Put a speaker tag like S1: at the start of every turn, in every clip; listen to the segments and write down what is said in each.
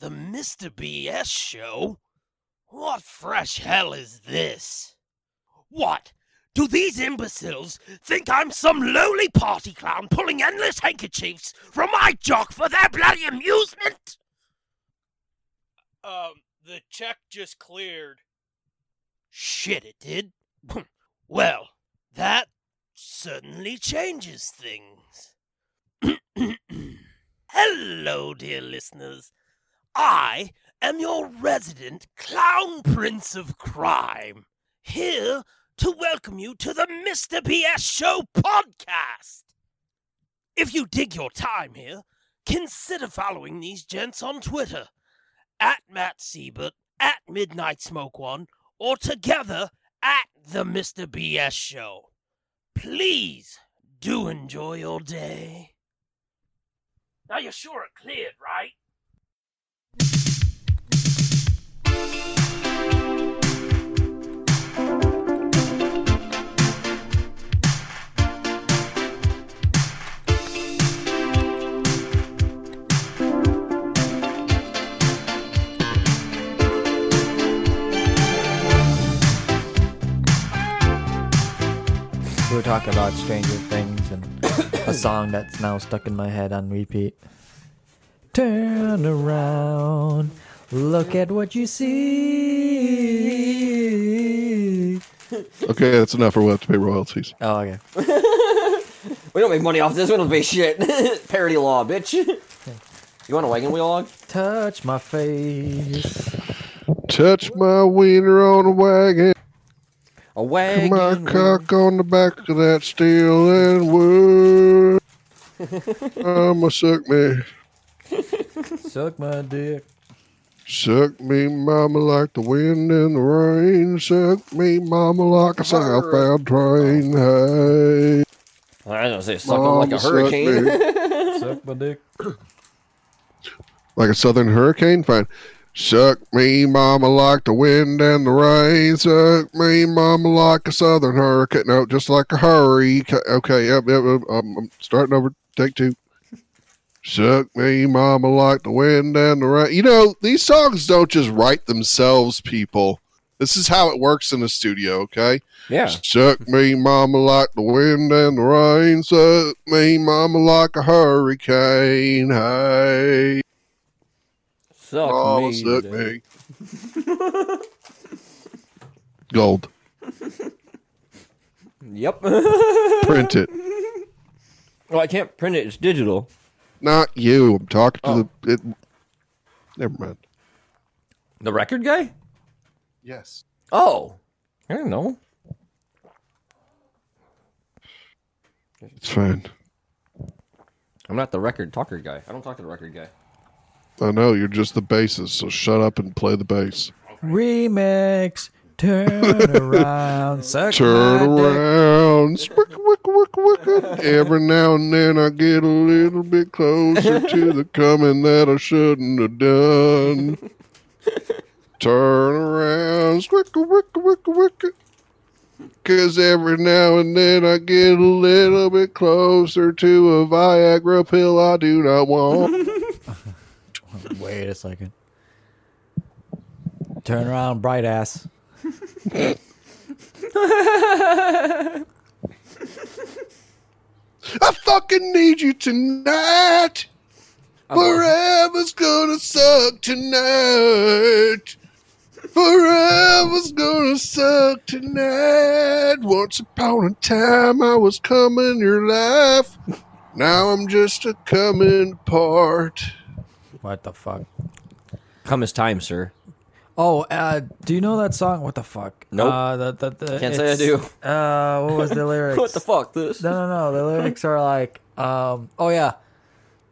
S1: The Mr. BS show? What fresh hell is this? What? Do these imbeciles think I'm some lowly party clown pulling endless handkerchiefs from my jock for their bloody amusement?
S2: Um, the check just cleared.
S1: Shit, it did. well, that certainly changes things. Hello, dear listeners. I am your resident clown prince of crime, here to welcome you to the Mr. BS Show podcast. If you dig your time here, consider following these gents on Twitter at Matt Siebert, at Midnight Smoke One, or together at the Mr. BS Show. Please do enjoy your day. Now you're sure it cleared, right?
S3: We were talking about Stranger Things and a song that's now stuck in my head on repeat. Turn around, look at what you see.
S4: Okay, that's enough, or we'll have to pay royalties.
S3: Oh, okay.
S5: We don't make money off this. We don't pay shit. Parody law, bitch. you want a wagon wheel log?
S3: Touch my face.
S4: Touch my wiener on the wagon,
S5: A wagon.
S4: my
S5: wheel.
S4: cock on the back of that steel and wood. I'ma suck me,
S3: Suck my dick.
S4: suck me, mama, like the wind and the rain. Suck me, mama, like a southbound train. Hey,
S5: I was gonna say suck 'em like
S4: mama,
S5: a
S4: suck
S5: hurricane.
S4: me.
S3: Suck my dick.
S4: like a southern hurricane. Fine. Suck me, mama, like the wind and the rain. Suck me, mama, like a southern hurricane. No, just like a hurricane. Okay, yep, yep, yep. I'm, I'm starting over. Take two. Suck me, mama, like the wind and the rain. You know, these songs don't just write themselves, people. This is how it works in a studio, okay?
S5: yeah.
S4: Suck me, mama, like the wind and the rain. Suck me, mama, like a hurricane. Hey.
S5: Suck
S4: Oh,
S5: me.
S4: suck
S5: dick.
S4: me. Gold.
S5: Yep. well,
S4: Print it.
S5: I can't print it. It's digital.
S4: Not you. I'm talking to the. It, never mind.
S5: The record guy?
S4: Yes.
S5: Oh, I don't know.
S4: It's fine.
S5: I'm not the record talker guy. I don't talk to the record guy.
S4: I know you're just the bassist, so shut up and play the bass.
S3: Remix. Turn around. Suck
S4: Turn
S3: my dick.
S4: around. Squick, wick, wick, wick. Every now and then I get a little bit closer to the coming that I shouldn't have done. Turn around. Squick, wick, wick, wick. Cause every now and then I get a little bit closer to a Viagra pill I do not want.
S3: Wait a second. Turn around, bright ass.
S4: I fucking need you tonight. Forever's gonna suck tonight. Forever's gonna suck tonight. Once upon a time, I was coming your life. Now I'm just a coming part.
S3: What the fuck?
S5: Come is time, sir.
S3: Oh, uh, do you know that song? What the fuck?
S5: Nope.
S3: Uh, the, the, the,
S5: Can't say I
S3: it's-
S5: do.
S3: Uh, what was the lyrics?
S5: What the fuck? This?
S3: No, no, no. The lyrics are like, um, oh yeah,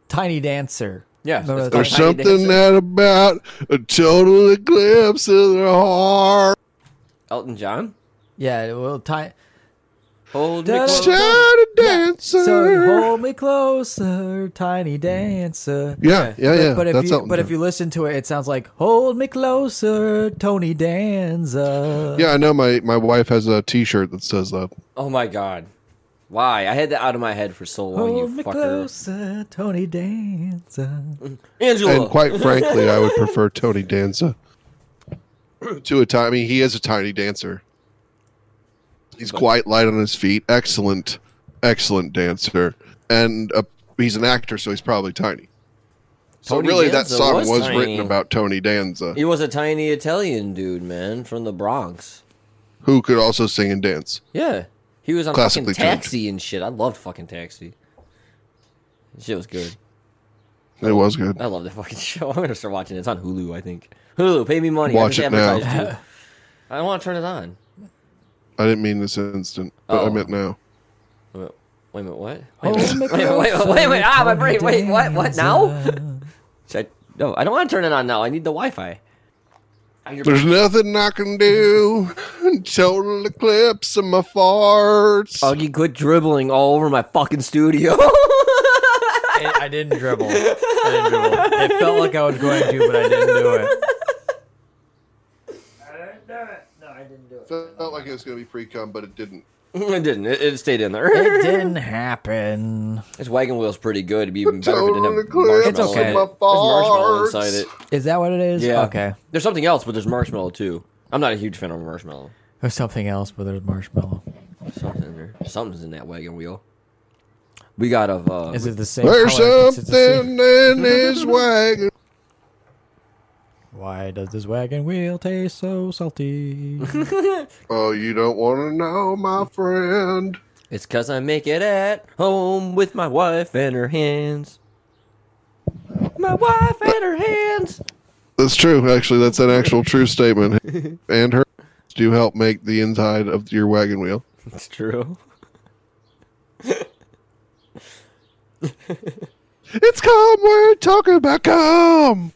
S3: Tiny Dancer.
S5: Yeah,
S3: Remember
S5: it's
S3: that
S4: There's
S3: song?
S5: Tiny
S4: something
S5: Dancer.
S4: that about a total eclipse of the heart.
S5: Elton John?
S3: yeah. Well, ti-
S5: Hold me
S3: Da-
S5: close.
S4: Tiny dancer.
S3: so hold me closer, Tiny Dancer.
S4: yeah, yeah, yeah.
S3: But, but if
S4: That's
S3: you
S4: Elton
S3: but
S4: John.
S3: if you listen to it, it sounds like "Hold Me Closer, Tony Danza."
S4: yeah, I know my my wife has a T-shirt that says that.
S5: Oh my god. Why? I had that out of my head for so long,
S3: Hold
S5: Oh, you
S3: me
S5: fucker.
S3: closer, Tony Danza.
S5: Angela!
S4: And quite frankly, I would prefer Tony Danza to a tiny. he is a tiny dancer. He's quite light on his feet. Excellent, excellent dancer, and uh he's an actor, so he's probably tiny. So
S5: Tony
S4: really,
S5: Danza
S4: that song
S5: was
S4: was,
S5: tiny.
S4: written about Tony Danza,
S5: he was a tiny Italian dude, man, from the Bronx.
S4: who could also sing and dance.
S5: Yeah. He was on
S4: Classically
S5: fucking Taxi and shit. I loved fucking Taxi. That Shit was good.
S4: It was good.
S5: I love that fucking show. I'm gonna start watching it. It's on Hulu, I think. Hulu, pay me money.
S4: Watch
S5: I just
S4: it now.
S5: advertised you. I don't want to turn it on.
S4: I didn't mean this instant, but
S5: Oh.
S4: I meant now.
S5: Wait a minute, wait a minute what? Wait a
S3: Hold
S5: minute.
S3: me
S5: Wait, a minute, wait, a minute,
S3: closer,
S5: wait, a minute. Ah, my
S3: Tony
S5: brain. Wait, what? What now?
S3: Danza.
S5: Should I, no, I don't want to turn it on now. I need the Wi-Fi. Ah, you're-
S4: There's nothing I can do. Total eclipse of my farts.
S3: Uh,
S5: Augie, quit dribbling all over my fucking studio.
S3: I, I didn't dribble. I didn't dribble. It felt like I was going to, but I didn't do it.
S4: felt like it was going to be pre cum, but it didn't.
S5: it didn't. It, it stayed in there.
S3: It didn't happen.
S5: This wagon wheel's pretty good. It'd be even better if it didn't have
S4: Total eclipse
S3: It's okay.
S5: marshmallow. in
S3: of
S5: it.
S3: my
S5: There's marshmallow
S4: farts.
S5: inside it.
S3: Is that what it is?
S5: Yeah.
S3: Okay.
S5: There's something else, but there's marshmallow too. I'm not a huge fan of marshmallow.
S3: There's something else, but there's marshmallow.
S5: Something in there. Something's in that wagon wheel. We got a. Uh,
S3: Is it the same?
S4: There's
S3: color
S4: something in his wagon.
S3: Why does this wagon wheel taste so salty?
S4: Oh, you don't want to know, my friend.
S5: It's cause I make it at home with my wife and her hands. My wife and her hands.
S4: That's true. Actually, that's an actual true statement. and her do help make the inside of your wagon wheel.
S5: It's true.
S4: It's cum. We're talking about cum.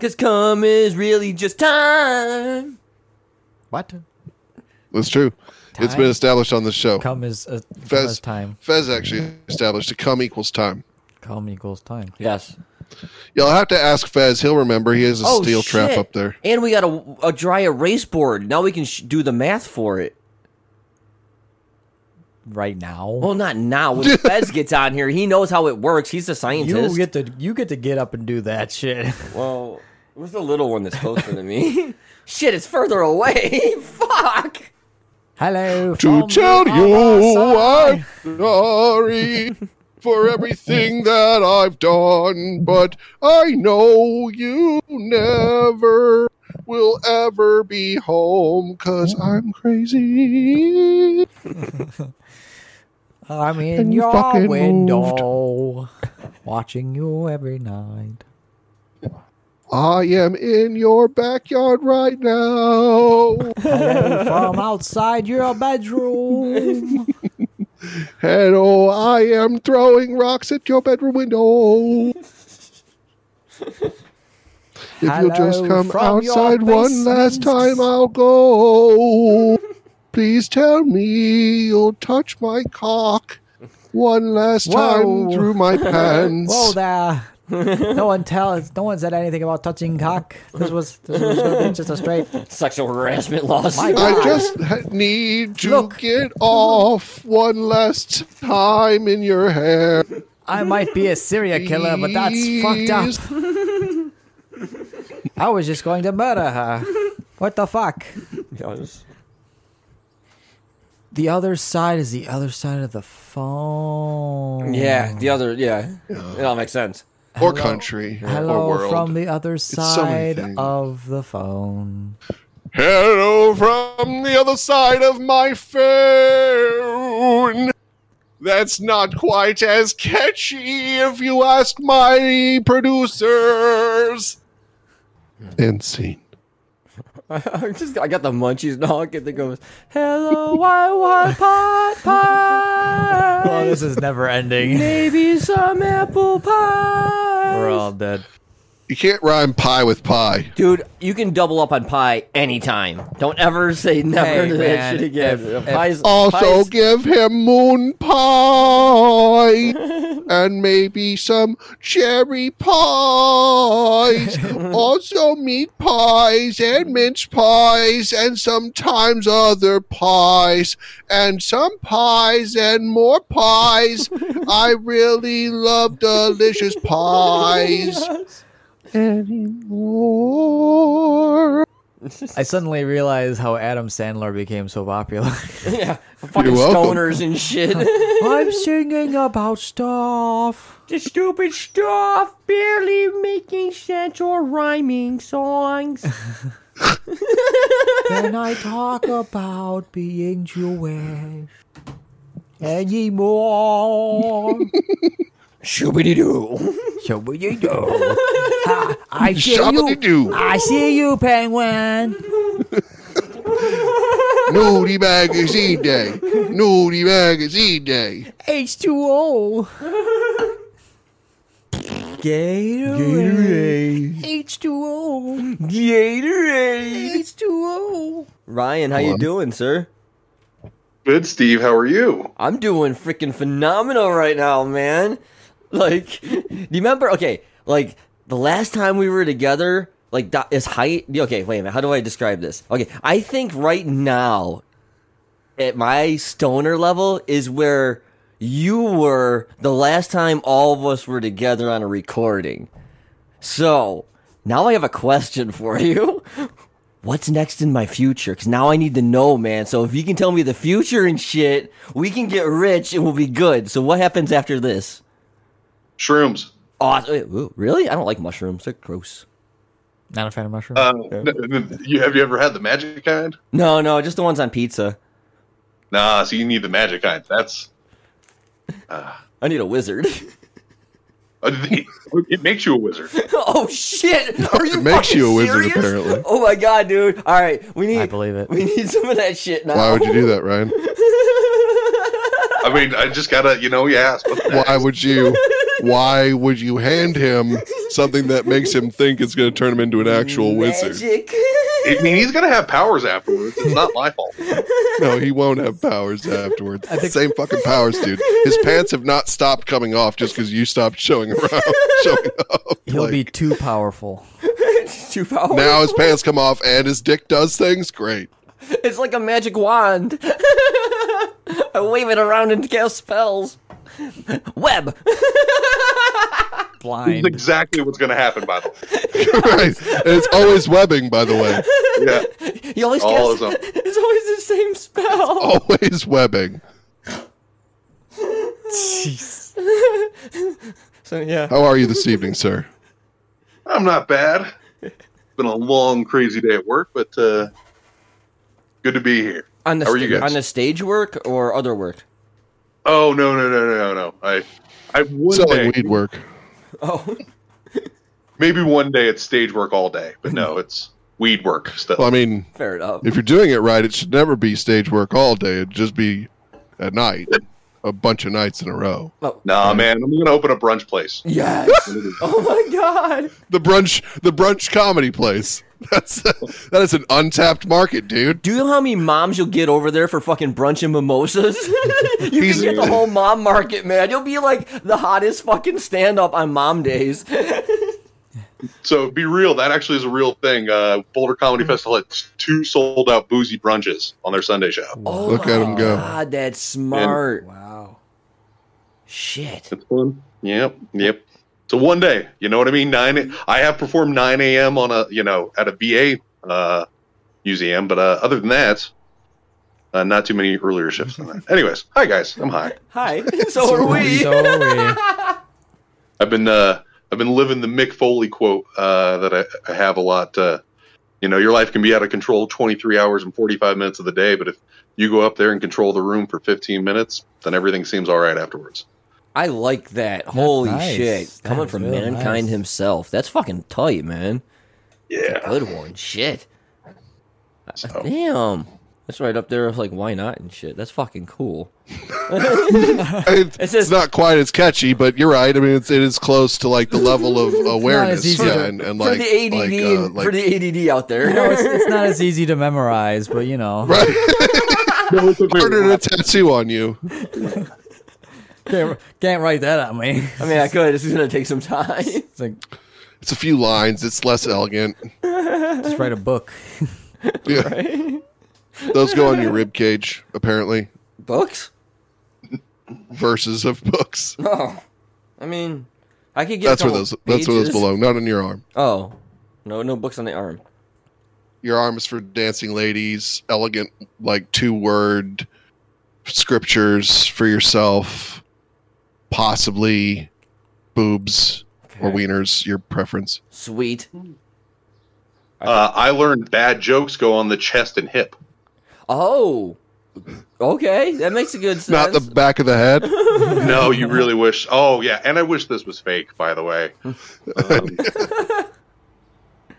S5: Cause come is really just time.
S3: what?
S4: That's true. It's been
S3: Time.
S4: established on this show.
S3: Come is uh, come
S4: Fez-
S3: is time.
S4: Fez actually established that cum equals time.
S3: Come equals time.
S5: Yes.
S4: You'll have to ask Fez. He'll remember. He has
S3: Oh,
S4: a steel trap
S5: shit.
S4: up there.
S5: And we got a, a dry erase board. Now we can sh- do the math for it.
S3: Right now.
S5: Well, not now. When Fez gets on here, he knows how it works. He's the scientist.
S3: you get to you get to get up and do that shit.
S5: Well, it was the little one that's closer to me. Shit, it's further away. Fuck.
S3: Hello.
S4: to
S3: from
S4: tell
S3: the other
S4: you
S3: side.
S4: I'm sorry for everything that I've done, but I know you never will ever be home because I'm crazy.
S3: I'm in
S4: And you
S3: your
S4: fucking
S3: window, watching you every night.
S4: I am in your backyard right now.
S3: Hello from outside your bedroom.
S4: Hello, I am throwing rocks at your bedroom window. If you'll just
S3: Hello
S4: come
S3: from your
S4: outside one last
S3: basement.
S4: time, I'll go. Please tell me you'll touch my cock one last
S3: Whoa.
S4: time through my pants.
S3: Whoa there! No one tells. No one said anything about touching cock. This was this was gonna be just a straight.
S5: Sexual harassment laws.
S3: My God.
S4: I just ha- need to
S3: Look.
S4: get off one last time in your hair.
S3: I might be a serial killer, but that's fucked up.
S4: Please.
S3: I was just going to murder her. What the fuck? The other side is the other side of the phone.
S5: Yeah, the other, yeah. It all makes sense.
S4: Or country. or
S3: Hello
S4: world.
S3: from the other
S4: so many
S3: side
S4: things.
S3: of the phone.
S4: Hello from the other side of my phone. That's not quite as catchy if you ask my producers. End scene.
S5: I just, I got the munchies and all I can think of is, hello, I want pot pie.
S3: Oh, this is never ending.
S5: Maybe some apple pie.
S3: We're all dead.
S4: You can't rhyme pie with pie.
S5: Dude, you can double up on pie anytime. Don't ever say never
S3: Hey,
S5: to
S3: man,
S5: that shit again.
S3: if- if-
S5: Pie's-
S4: Also,
S5: pie's-
S4: give him moon pie. and maybe some cherry pies, also meat pies and mince pies, and sometimes other pies, and some pies and more pies. I really love delicious pies anymore.
S3: I suddenly realized how Adam Sandler became so popular.
S5: yeah, fucking
S4: You're welcome.
S5: stoners and shit.
S3: I'm singing about stuff.
S5: the stupid stuff, barely making sense or rhyming songs.
S3: Then I talk about being Jewish anymore.
S5: Shooby doo.
S3: so what you do? Ah, I see
S4: Shabba-dee-doo.
S3: you. I see you, penguin.
S4: Nudie Magazine Day. Nudie Magazine Day.
S3: H2O. Gatorade. H2O.
S5: Gatorade.
S3: H2O.
S5: Ryan, how you doing, sir?
S6: Good, Steve. How are you?
S5: I'm doing freaking phenomenal right now, man. Like, do you remember? Okay, like the last time we were together, like that is height. Okay, wait a minute. How do I describe this? Okay, I think right now, at my stoner level, is where you were the last time all of us were together on a recording. So now I have a question for you. what's next in my future? Because now I need to know, man. So if you can tell me the future and shit, we can get rich and we'll be good. So what happens after this?
S6: Shrooms.
S5: Awesome. really? I don't like mushrooms. They're gross.
S3: Not a fan of mushrooms.
S6: Uh, n- n- you, have you ever had the magic kind?
S5: No, no, just the ones on pizza.
S6: Nah, so you need the magic kind. That's
S5: I need a wizard.
S6: uh, it, it makes you a wizard.
S5: oh shit! Are you
S4: It makes you a
S5: fucking
S4: wizard,
S5: serious?
S4: apparently.
S5: Oh my god, dude! All right, we need.
S3: I believe it.
S5: We need some of that shit now.
S4: Why would you do that, Ryan?
S6: I mean, I just gotta, you know, you ask. What the heck?
S4: Why would you? Why would you hand him something that makes him think it's going to turn him into an actual wizard?
S5: Magic.
S6: I mean, he's gonna have powers afterwards. It's not my fault.
S4: No, he won't have powers afterwards. Same fucking powers, dude. His pants have not stopped coming off just because you stopped showing around. Showing up.
S3: He'll
S4: Like,
S3: be too powerful.
S5: Too powerful.
S4: now his pants come off and his dick does things. Great.
S5: It's like a magic wand. I wave it around and cast spells. Web.
S6: That's
S3: Blind.
S6: exactly what's gonna happen. By the way,
S4: right. And it's always webbing, by the way.
S6: yeah,
S5: You always
S6: All
S5: cast.
S6: is up.
S5: It's always the same spell.
S4: Always webbing.
S5: So yeah.
S4: How are you this evening, sir?
S6: I'm not bad. It's been a long, crazy day at work, but uh, good to be here.
S5: On the
S6: How are you
S5: sta-
S6: guys?
S5: on the stage work or other work?
S6: Oh no, no, no, no, no, no. I, I one day,
S4: Selling weed work.
S5: Oh,
S6: maybe one day it's stage work all day, but no, it's weed work still.
S4: Well, I mean,
S5: fair enough.
S4: if you're doing it right, it should never be stage work all day. It'd just be at night, a bunch of nights in a row.
S6: Nah, man, I'm gonna open a brunch place.
S5: Yes. oh my god.
S4: The brunch, the brunch comedy place. That's that is an untapped market, dude.
S5: Do you know how many moms you'll get over there for fucking brunch and mimosas? you
S4: He's-
S5: can get the whole mom market, man. You'll be like the hottest fucking stand up on mom days.
S6: So be real. That actually is a real thing. Uh, Boulder Comedy Festival had two sold out boozy brunches on their Sunday show.
S5: Oh
S4: Look at
S5: my
S4: him go.
S5: God, that's smart.
S3: Wow.
S5: Shit.
S6: It's fun. Yep, yep. So one day, you know what I mean. Nine. I have performed nine a.m. on a you know at a VA uh, museum, but uh, other than that, uh, not too many earlier shifts than that. Anyways, hi guys. I'm high.
S5: Hi. So are we.
S3: Sorry.
S6: I've been uh, I've been living the Mick Foley quote uh, that I, I have a lot. Uh, you know, your life can be out of control 23 hours and 45 minutes of the day, but if you go up there and control the room for 15 minutes, then everything seems all right afterwards.
S5: I like that. Holy
S3: nice.
S5: shit.
S3: That
S5: Coming
S3: is
S5: from
S3: real
S5: mankind
S3: nice.
S5: himself. That's fucking tight, man.
S6: Yeah.
S5: Good one. Shit.
S6: So.
S5: Damn. That's right up there with like why not and shit. That's fucking cool.
S4: It-
S5: It's
S4: it's,
S5: just-
S4: not quite as catchy, but you're right. I mean, it's, it is close to like the level of awareness,
S3: easy
S4: yeah,
S3: to-
S4: and, and
S5: for
S4: like,
S5: the ADD
S4: like, uh,
S5: and-
S4: like
S5: for the ADD out
S3: No,
S5: there.
S3: it's, it's not as easy to memorize, but you know.
S4: right. Harder than a tattoo on you.
S3: Can't, can't write that on me.
S5: I mean, I could. This is gonna take some time.
S3: It's like
S4: It's a few lines. It's less elegant.
S3: just write a book.
S4: Yeah. Those go on your rib cage, apparently.
S5: Books?
S4: Verses of books.
S5: Oh, I mean, I could get. a
S4: That's where
S5: couple
S4: those. That's where those
S5: pages.
S4: belong. Not on your arm.
S5: Oh, no, no books on the arm.
S4: Your arm is for dancing ladies. Elegant, like two word scriptures for yourself. Possibly, boobs or wieners. Your preference.
S5: Sweet.
S6: Uh, I learned bad jokes go on the chest and hip.
S5: Oh, okay, that makes a good sense.
S4: Not the back of the head.
S6: No, you really wish. Oh yeah, and I wish this was fake. By the way, um,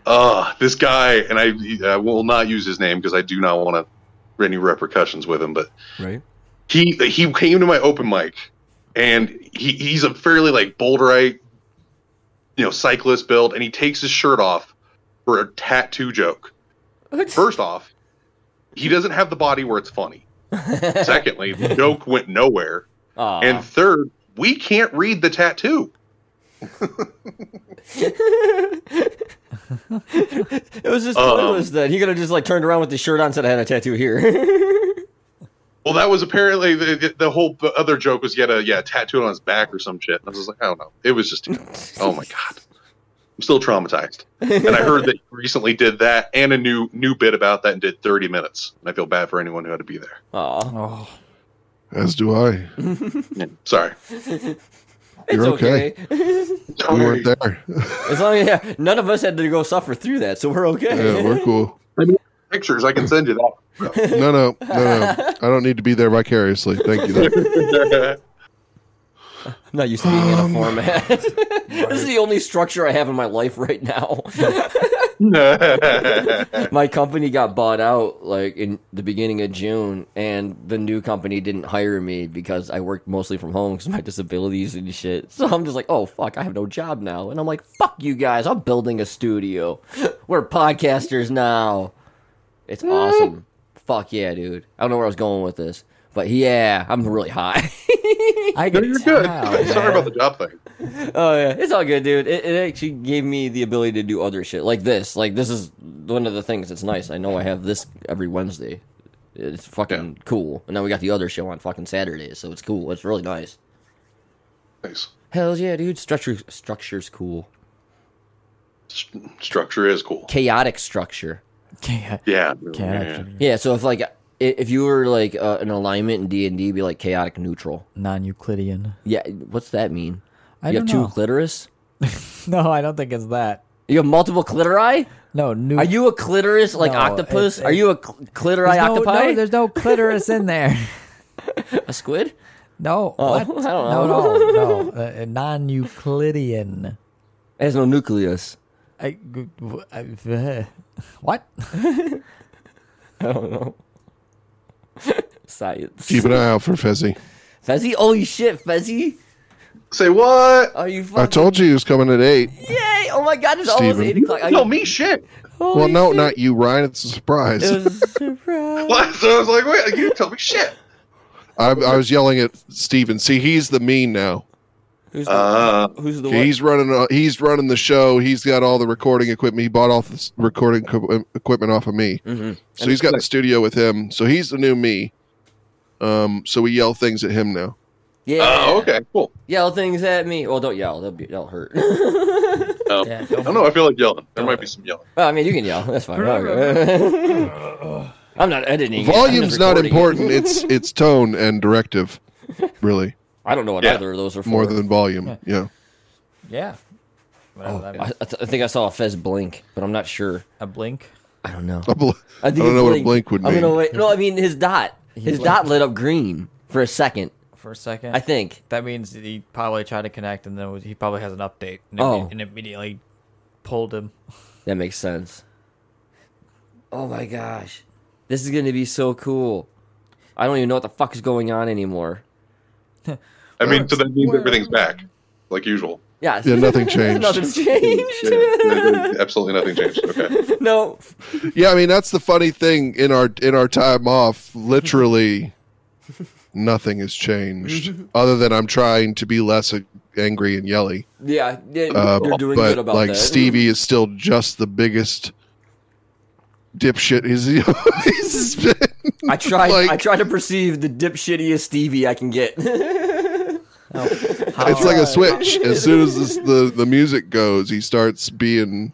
S6: uh, this guy and I, I will not use his name because I do not want to any repercussions with him. But
S5: right.
S6: he he came to my open mic, and he he's a fairly like boulderite, you know, cyclist build, and he takes his shirt off for a tattoo joke. First off, he doesn't have the body where it's funny. Secondly, the joke went nowhere.
S5: Aw.
S6: And third, we can't read the tattoo.
S5: it was just
S6: Um,
S5: pointless. Then he could have just like turned around with his shirt on, and said I had a tattoo here.
S6: Well, that was apparently the, the, the whole b- other joke was he had a yeah tattoo on his back or some shit. And I was just like, I don't know. It was just, oh my god, I'm still traumatized. And I heard that he recently did that and a new new bit about that and did 30 minutes. And I feel bad for anyone who had to be there.
S5: Aw.
S3: Oh,
S4: As do I.
S6: Sorry,
S5: it's
S4: You're okay.
S5: okay.
S4: We weren't there.
S5: As long as yeah, none of us had to go suffer through that, so we're okay.
S4: Yeah, we're cool.
S6: pictures I can send you that.
S4: No, no, no, no. I don't need to be there vicariously. Thank you. though.
S5: I'm not used to being in
S4: Um,
S5: a format. this is the only structure I have in my life right now. my company got bought out like in the beginning of June, and the new company didn't hire me because I worked mostly from home because my disabilities and shit. So I'm just like, oh fuck, I have no job now, and I'm like, fuck you guys, I'm building a studio. We're podcasters now. It's awesome. Fuck yeah, dude. I don't know where I was going with this, but yeah, I'm really high.
S3: I get
S6: You're good.
S3: tell,
S6: Sorry
S3: man.
S6: about the job thing.
S5: Oh yeah, it's all good, dude. It, it actually gave me the ability to do other shit like this. Like this is one of the things that's nice. I know I have this every Wednesday. It's fucking cool. And then we got the other show on fucking Saturdays, so it's cool. It's really nice.
S6: Nice.
S5: Hell yeah, dude. Structure structure's cool.
S6: St- structure is cool.
S5: Chaotic structure.
S3: Can't,
S6: Yeah.
S3: can't
S6: Yeah.
S3: actually.
S5: Yeah. So if like i- if you were like uh, an alignment in D and D, be like chaotic neutral.
S3: Non-Euclidean.
S5: Yeah. What's that mean?
S3: I
S5: you
S3: don't
S5: have two
S3: know.
S5: clitoris.
S3: No, I don't think it's that.
S5: You have multiple clitori.
S3: No, new.
S5: Are you a clitoris like
S3: No,
S5: octopus?
S3: it's-
S5: Are you a cl- clitori
S3: there's no,
S5: octopi?
S3: No, there's no clitoris in there.
S5: a squid?
S3: No.
S5: Oh,
S3: what?
S5: I don't
S3: No, no, no. Uh, non-Euclidean.
S5: It has no nucleus.
S3: I, g- w- I- uh, what?
S5: I don't know. Science.
S4: Keep an eye out for Fezzi.
S5: Fezzi? Holy shit, Fezzi!
S6: Say what?
S5: Are you fucking
S4: I told you he was coming at eight.
S5: Yay! Oh my god, it's
S4: Steven.
S5: almost 8 o'clock. I-
S6: No, me shit.
S5: Holy
S4: Well, no,
S5: shit.
S4: not you, Ryan. It's a surprise.
S5: It was a surprise.
S6: So I was like, wait, you tell me shit.
S4: I, I was yelling at Steven. See, he's the mean now.
S5: Who's the,
S6: Uh,
S5: who's the one?
S4: He's running. uh, He's running the show. He's got all the recording equipment. He bought all the recording equi- equipment off of me.
S5: Mhm.
S4: So he's got the studio with him. So he's the new me. Um. So we yell things at him now.
S5: Yeah.
S6: Oh, okay, cool.
S5: Yell things at me. Well, don't yell. That'll, be, that'll hurt.
S6: Um,
S3: Yeah,
S6: I don't know. I feel like yelling. There might be some yelling.
S5: well, I mean, you can yell. That's fine. Okay. I'm not editing. it. I'm just
S4: Volume's not
S5: recording it.
S4: important. it's it's tone and directive, really,
S5: I don't know what
S6: Yeah.
S5: either of those are for.
S4: more than volume. Yeah.
S3: Yeah. Whatever that
S5: I,
S3: means.
S5: I th- I think I saw a Fez blink, but I'm not sure.
S3: a blink.
S5: Oh, I don't know.
S4: I bel-
S5: I, think
S4: I don't
S5: he
S4: know what a
S5: blinked.
S4: blink would
S5: I'm gonna
S4: mean.
S5: wait. No, I mean his dot. His
S3: blinked.
S5: dot lit up green for a second.
S3: for a second.
S5: I think.
S3: that means that he probably tried to connect, and then was- he probably has an update, and, imme-
S5: Oh.
S3: and immediately pulled him.
S5: That makes sense. Oh my gosh. This is going to be so cool. I don't even know what the fuck is going on anymore.
S6: I mean, so that means everything's back, like usual.
S5: Yeah.
S4: Yeah, nothing changed.
S5: Nothing's changed.
S6: Yeah, Absolutely nothing changed. Okay.
S5: no.
S4: Yeah, I mean that's the funny thing in our in our time off. Literally, nothing has changed other than I'm trying to be less uh, angry and yelly.
S5: Yeah, yeah
S4: Uh,
S5: you're doing
S4: but
S5: good about
S4: like
S5: that.
S4: Stevie is still just the biggest dipshit he's, he's been.
S5: I tried.
S4: like-
S5: I tried to perceive the dipshittiest Stevie I can get.
S3: How-
S4: It's like a switch. As soon as this, the the music goes, he starts being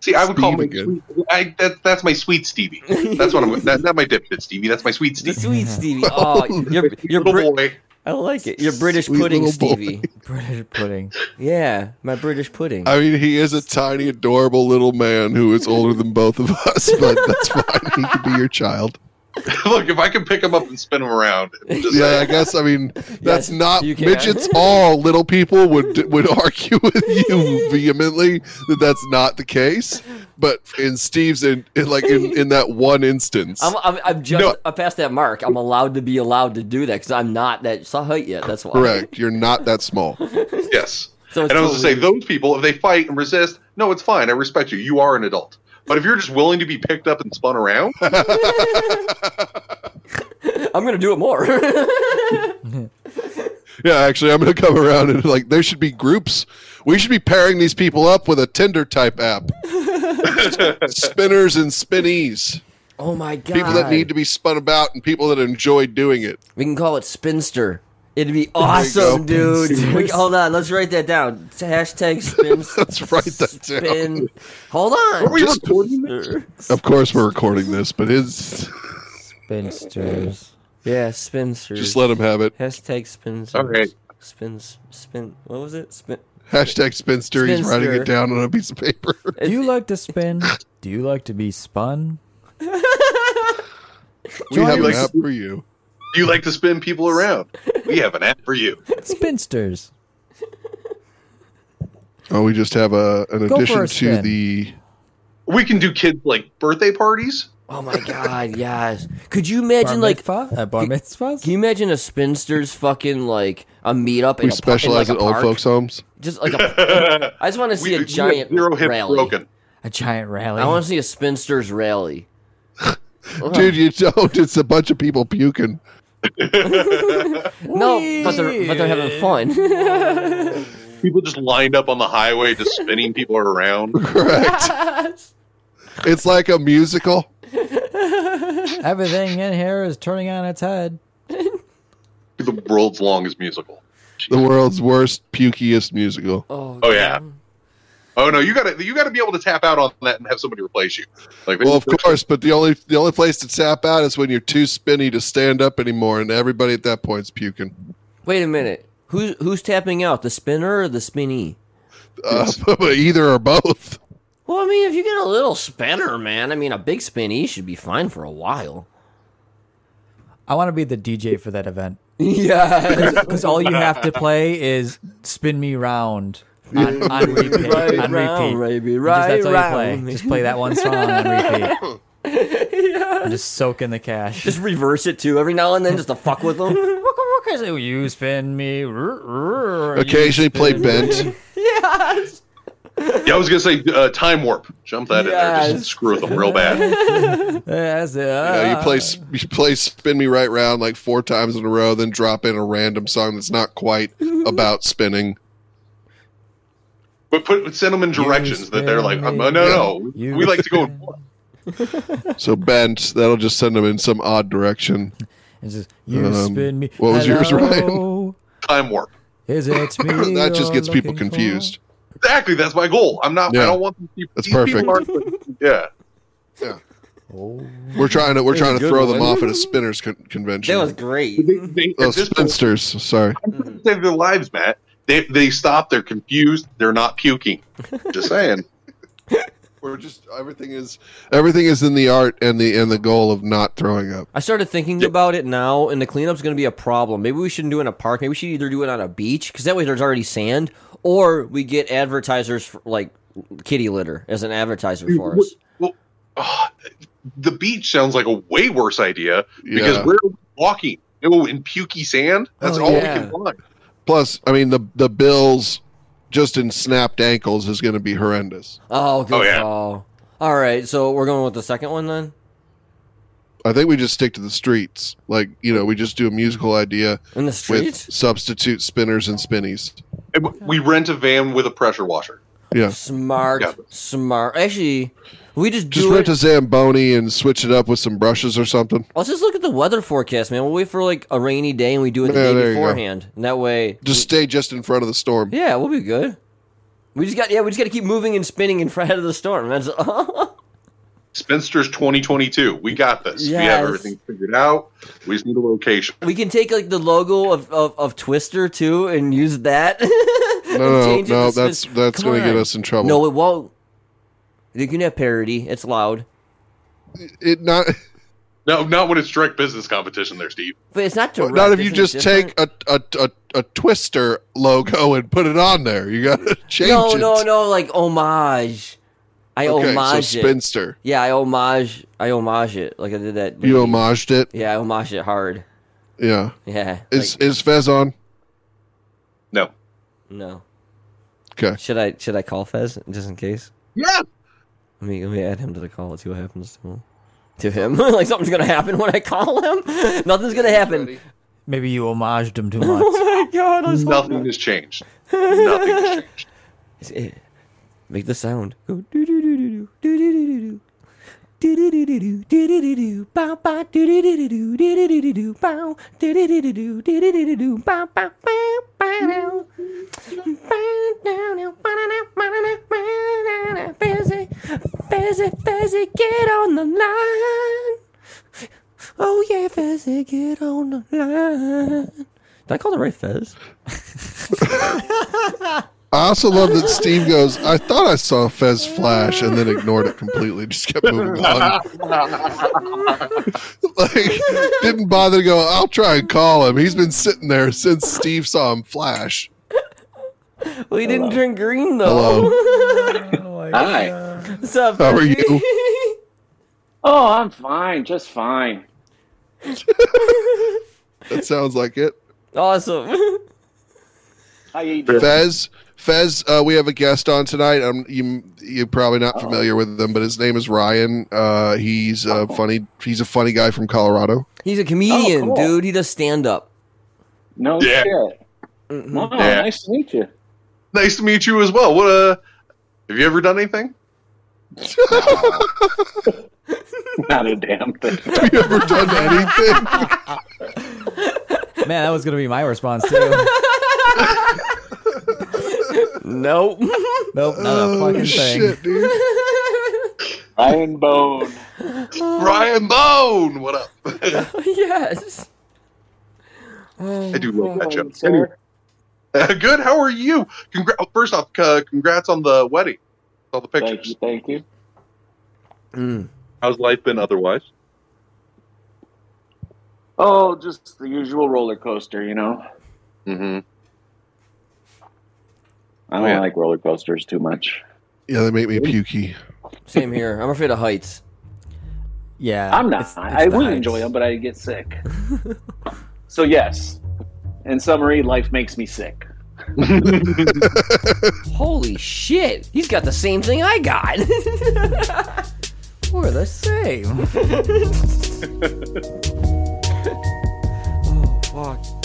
S6: See, I would call
S4: Steve
S6: my
S4: again.
S6: sweet- I, that, that's my sweet Stevie. That's what I'm. That's not my dipshit Stevie. That's my sweet
S5: the
S6: Stevie.
S5: sweet Stevie. Oh, you're you're
S6: Little
S5: Brit-
S6: boy.
S5: I like it. You're British
S4: Sweet
S5: pudding,
S4: little boy.
S5: Stevie.
S3: British pudding.
S5: Yeah, my British pudding.
S4: I mean, he is a tiny, adorable little man who is older than both of us, but that's fine. He could be your child.
S6: Look, if I can pick him up and spin him around, just
S4: Yeah, I guess. I mean, that's
S5: Yes,
S4: not
S5: you can.
S4: midgets. All little people would would argue with you vehemently that that's not the case. But in Steve's, in, in like in, in that one instance,
S5: I'm, I'm, I'm just
S4: No.
S5: I'm past that mark. I'm allowed to be allowed to do that because I'm not that s- height yet. That's why.
S4: correct. You're not that small.
S6: yes.
S5: So it's
S6: and I was to
S5: totally-
S6: say, those people, if they fight and resist, no, it's fine. I respect you. You are an adult. But if you're just willing to be picked up and spun around,
S5: I'm gonna do it more.
S4: Yeah, actually, I'm going to come around and like there should be groups. We should be pairing these people up with a Tinder type app. Spinners and spinnies.
S5: oh my god!
S4: People that need to be spun about and people that enjoy doing it.
S5: We can call it spinster. It'd be awesome,
S3: go.
S5: dude. We, hold on, let's write that down. Hashtag spin.
S4: Let's write that down.
S5: spin. Hold on.
S6: are we
S4: Just-
S6: recording this?
S4: Of course, we're recording this, but his
S3: Spinsters.
S5: Yeah, spinster.
S4: just let him have it.
S5: Hashtag spinster.
S6: All right.
S5: Spins. Spin. What was it? Spin.
S4: Hashtag spinster. He's writing
S5: Spinster.
S4: it down on a piece of paper.
S3: Do you like to spin? Do you like to be spun?
S4: we have
S6: like-
S4: an app for you.
S6: Do you like to spin people around? We have an app for you.
S3: Spinsters.
S4: Oh, we just have a an
S3: Go for
S4: addition
S3: a
S4: to
S3: spin.
S4: the.
S6: We can do kids like birthday parties.
S5: Oh my god, yes. Could you
S3: Bar
S5: imagine like
S3: mitzvah? Uh, bar mitzvahs?
S5: can you imagine a spinster's fucking like a meetup in
S4: We
S5: a pu- in,
S4: specialize
S5: like,
S4: at
S5: a
S4: old
S5: park?
S4: folks' homes.
S5: Just like a I just want to see
S6: we,
S5: a giant
S6: we have zero hips
S5: rally.
S6: broken.
S3: a giant rally.
S5: I want to see a spinster's rally.
S4: Dude, you don't. It's a bunch of people puking.
S5: No, but they're but they're having fun.
S6: People just lined up on the highway, just spinning people around.
S4: It's like a musical.
S3: Everything in here is turning on its head.
S6: the world's longest musical.
S4: The world's worst, pukiest musical.
S5: Oh,
S6: Oh yeah. Oh no, you gotta you gotta be able to tap out on that and have somebody replace you. Like
S4: Well, of course, but the only the only place to tap out is when you're too spinny to stand up anymore, and everybody at that point's puking.
S5: Wait a minute. Who's who's tapping out? The spinner or the spinny?
S4: Uh, either or both.
S5: Well, I mean, if you get a little spinner, man, I mean, a big spinny should be fine for a while.
S3: I want to be the DJ for that event.
S5: Yeah.
S3: Because all you have to play is spin me round on, on repeat.
S5: right
S3: on repeat.
S5: round, baby,
S3: Just-
S5: right
S3: that's all you
S5: round.
S3: play. Just play that one song on repeat. And just soak in the cash.
S5: Just reverse it too every now and then, just to fuck with them.
S3: you spin me.
S4: Occasionally play bent.
S5: yes.
S6: Yeah, I was gonna say uh, time warp. Jump that in there,
S5: Yes.
S6: just screw them real bad.
S3: That's it.
S4: You, know, you
S3: Uh.
S4: play s- you play spin me right round like four times in a row, then drop in a random song that's not quite about spinning.
S6: But put send them in directions that they're like, um, no, no,
S3: You-
S6: we like to go. in front.
S4: So bent that'll just send them in some odd direction.
S3: It's just, you
S4: Um,
S3: spin me.
S4: what was yours, Ryan?
S3: Hello,
S6: Time warp.
S3: Is it me?
S4: that just
S3: you're
S4: gets people
S3: looking for?
S4: confused.
S6: Exactly. That's my goal. I'm not.
S4: Yeah.
S6: I don't want these people.
S4: That's
S6: these people aren't- yeah.
S4: We're trying to we're trying to
S5: good
S4: throw them
S5: one.
S4: off at a spinners con- convention.
S5: That was great.
S6: They, they,
S4: oh,
S6: at this point,
S4: spinsters. Sorry.
S6: save their lives, Matt. They they stop. They're confused. They're not puking. Just saying.
S4: We're just everything is everything is in the art and the and the goal of not throwing up.
S5: I started thinking about it now, and the cleanup's going to be a problem. Maybe we shouldn't do it in a park. Maybe we should either do it on a beach, because that way there's already sand, or we get advertisers for, like kitty litter as an advertiser for us.
S6: Well, ah, the beach sounds like a way worse idea because
S4: Yeah.
S6: we're walking. No, in pukey sand. That's
S5: Oh,
S6: all
S5: yeah.
S6: we can find.
S4: Plus, I mean the the Bills just in snapped ankles is going to be horrendous.
S5: Oh, good
S6: Oh, yeah.
S5: call. All right, so we're going with the second one then.
S4: I think we just stick to the streets. Like, you know, we just do a musical idea
S5: in the
S4: with
S5: streets.
S4: substitute spinners and spinnies.
S6: And We rent a van with a pressure washer.
S4: Yeah.
S5: Smart,
S6: Yeah.
S5: smart. Actually, we just do
S4: Just
S5: it.
S4: rent a Zamboni and switch it up with some brushes or something.
S5: Let's just look at the weather forecast, man. We'll wait for like a rainy day and we do it the
S4: Yeah,
S5: day
S4: there you go.
S5: beforehand. And that way,
S4: Just stay just in front of the storm.
S5: yeah, we'll be good. We just got yeah, we just got to keep moving and spinning in front of the storm. That's
S6: Spinsters 2022. We got this. We
S5: Yes.
S6: have everything figured out. We just need a location.
S5: we can take like the logo of, of, of Twister too and use that.
S4: No, no, no, that's that's going to get us in trouble.
S5: No, it won't. You can have parody. It's loud,
S4: it not
S6: No, not when it's direct business competition there, Steve.
S5: but it's not direct.
S4: not if you
S5: isn't it
S4: just
S5: different?
S4: take a, a a a twister logo and put it on there. You got to change
S5: no,
S4: it.
S5: no, no, like homage. I
S4: Okay, so
S5: homage it.
S4: spinster,
S5: Yeah, I homage. I homage it. Like I did that.
S4: you homaged it.
S5: Yeah, I homage it hard.
S4: Yeah,
S5: Yeah.
S4: is
S5: like,
S4: is Fez on?
S6: No.
S5: no.
S4: Okay,
S5: Should I should I call Fez just in case?
S6: Yeah.
S5: Let me let me add him to the call. Let's see what happens to him. To him, like something's gonna happen when I call him. Nothing's gonna happen.
S3: Maybe you homaged him too
S5: Oh
S3: much.
S5: my god! I was
S6: Nothing has changed. Nothing has changed.
S5: Eh, Make the sound. Go do do do do do do do do do do do do do do do do bow bow do do do do do do do do do do bow do do do do do do do do do do bow bow bow bow now. Bow now now bow now now bow now now bow now now Fezzy Fezzy Fezzy get on the line. Oh yeah Fezzy get on the line. Did I call the right Fez?
S4: I also love that Steve goes. I thought I saw Fez flash and then ignored it completely. Just kept moving on. like didn't bother to go. I'll try and call him. He's been sitting there since Steve saw him flash.
S5: Well, he didn't drink green though.
S7: Hi.
S5: What's up?
S4: How are
S5: Fezzy?
S7: Oh, I'm fine, just fine.
S4: That sounds like it.
S5: awesome.
S7: How you doing?
S4: Fez, Fez, uh, we have a guest on tonight. Um, you you're probably not familiar with him, but his name is Ryan. Uh, he's a funny. He's a funny guy from Colorado.
S5: He's a comedian,
S7: cool.
S5: dude. He does stand up.
S7: No
S6: Yeah.
S7: Oh, shit. Wow,
S6: Yeah.
S7: nice to meet you.
S6: Nice to meet you as well. What uh have you ever done anything?
S7: Not a damn thing.
S4: Have you ever done anything?
S3: Man, that was gonna be my response too.
S5: Nope.
S3: Nope, not a
S4: oh,
S3: fucking thing.
S4: shit, dude.
S7: Iron Bone.
S6: Ryan Bone, what up?
S5: yes.
S6: I do love that joke.
S7: Sir.
S6: Uh, good. How are you? Congra- oh, first off, uh, congrats on the wedding. All the
S7: Thank you,
S6: pictures.
S7: thank you.
S5: Mm.
S6: How's life been otherwise?
S7: Oh, just the usual roller coaster, you know.
S6: Mm-hmm.
S7: I don't
S6: Yeah.
S7: like roller coasters too much.
S4: Yeah, they make me pukey.
S5: Same here. I'm afraid of heights.
S3: Yeah,
S7: I'm not.
S3: it's- it's
S7: I
S3: the
S7: would
S3: heights.
S7: enjoy them, but I get sick. so yes, in summary, life makes me sick.
S5: Holy shit! He's got the same thing I got.
S3: We're the same.
S5: Fuck.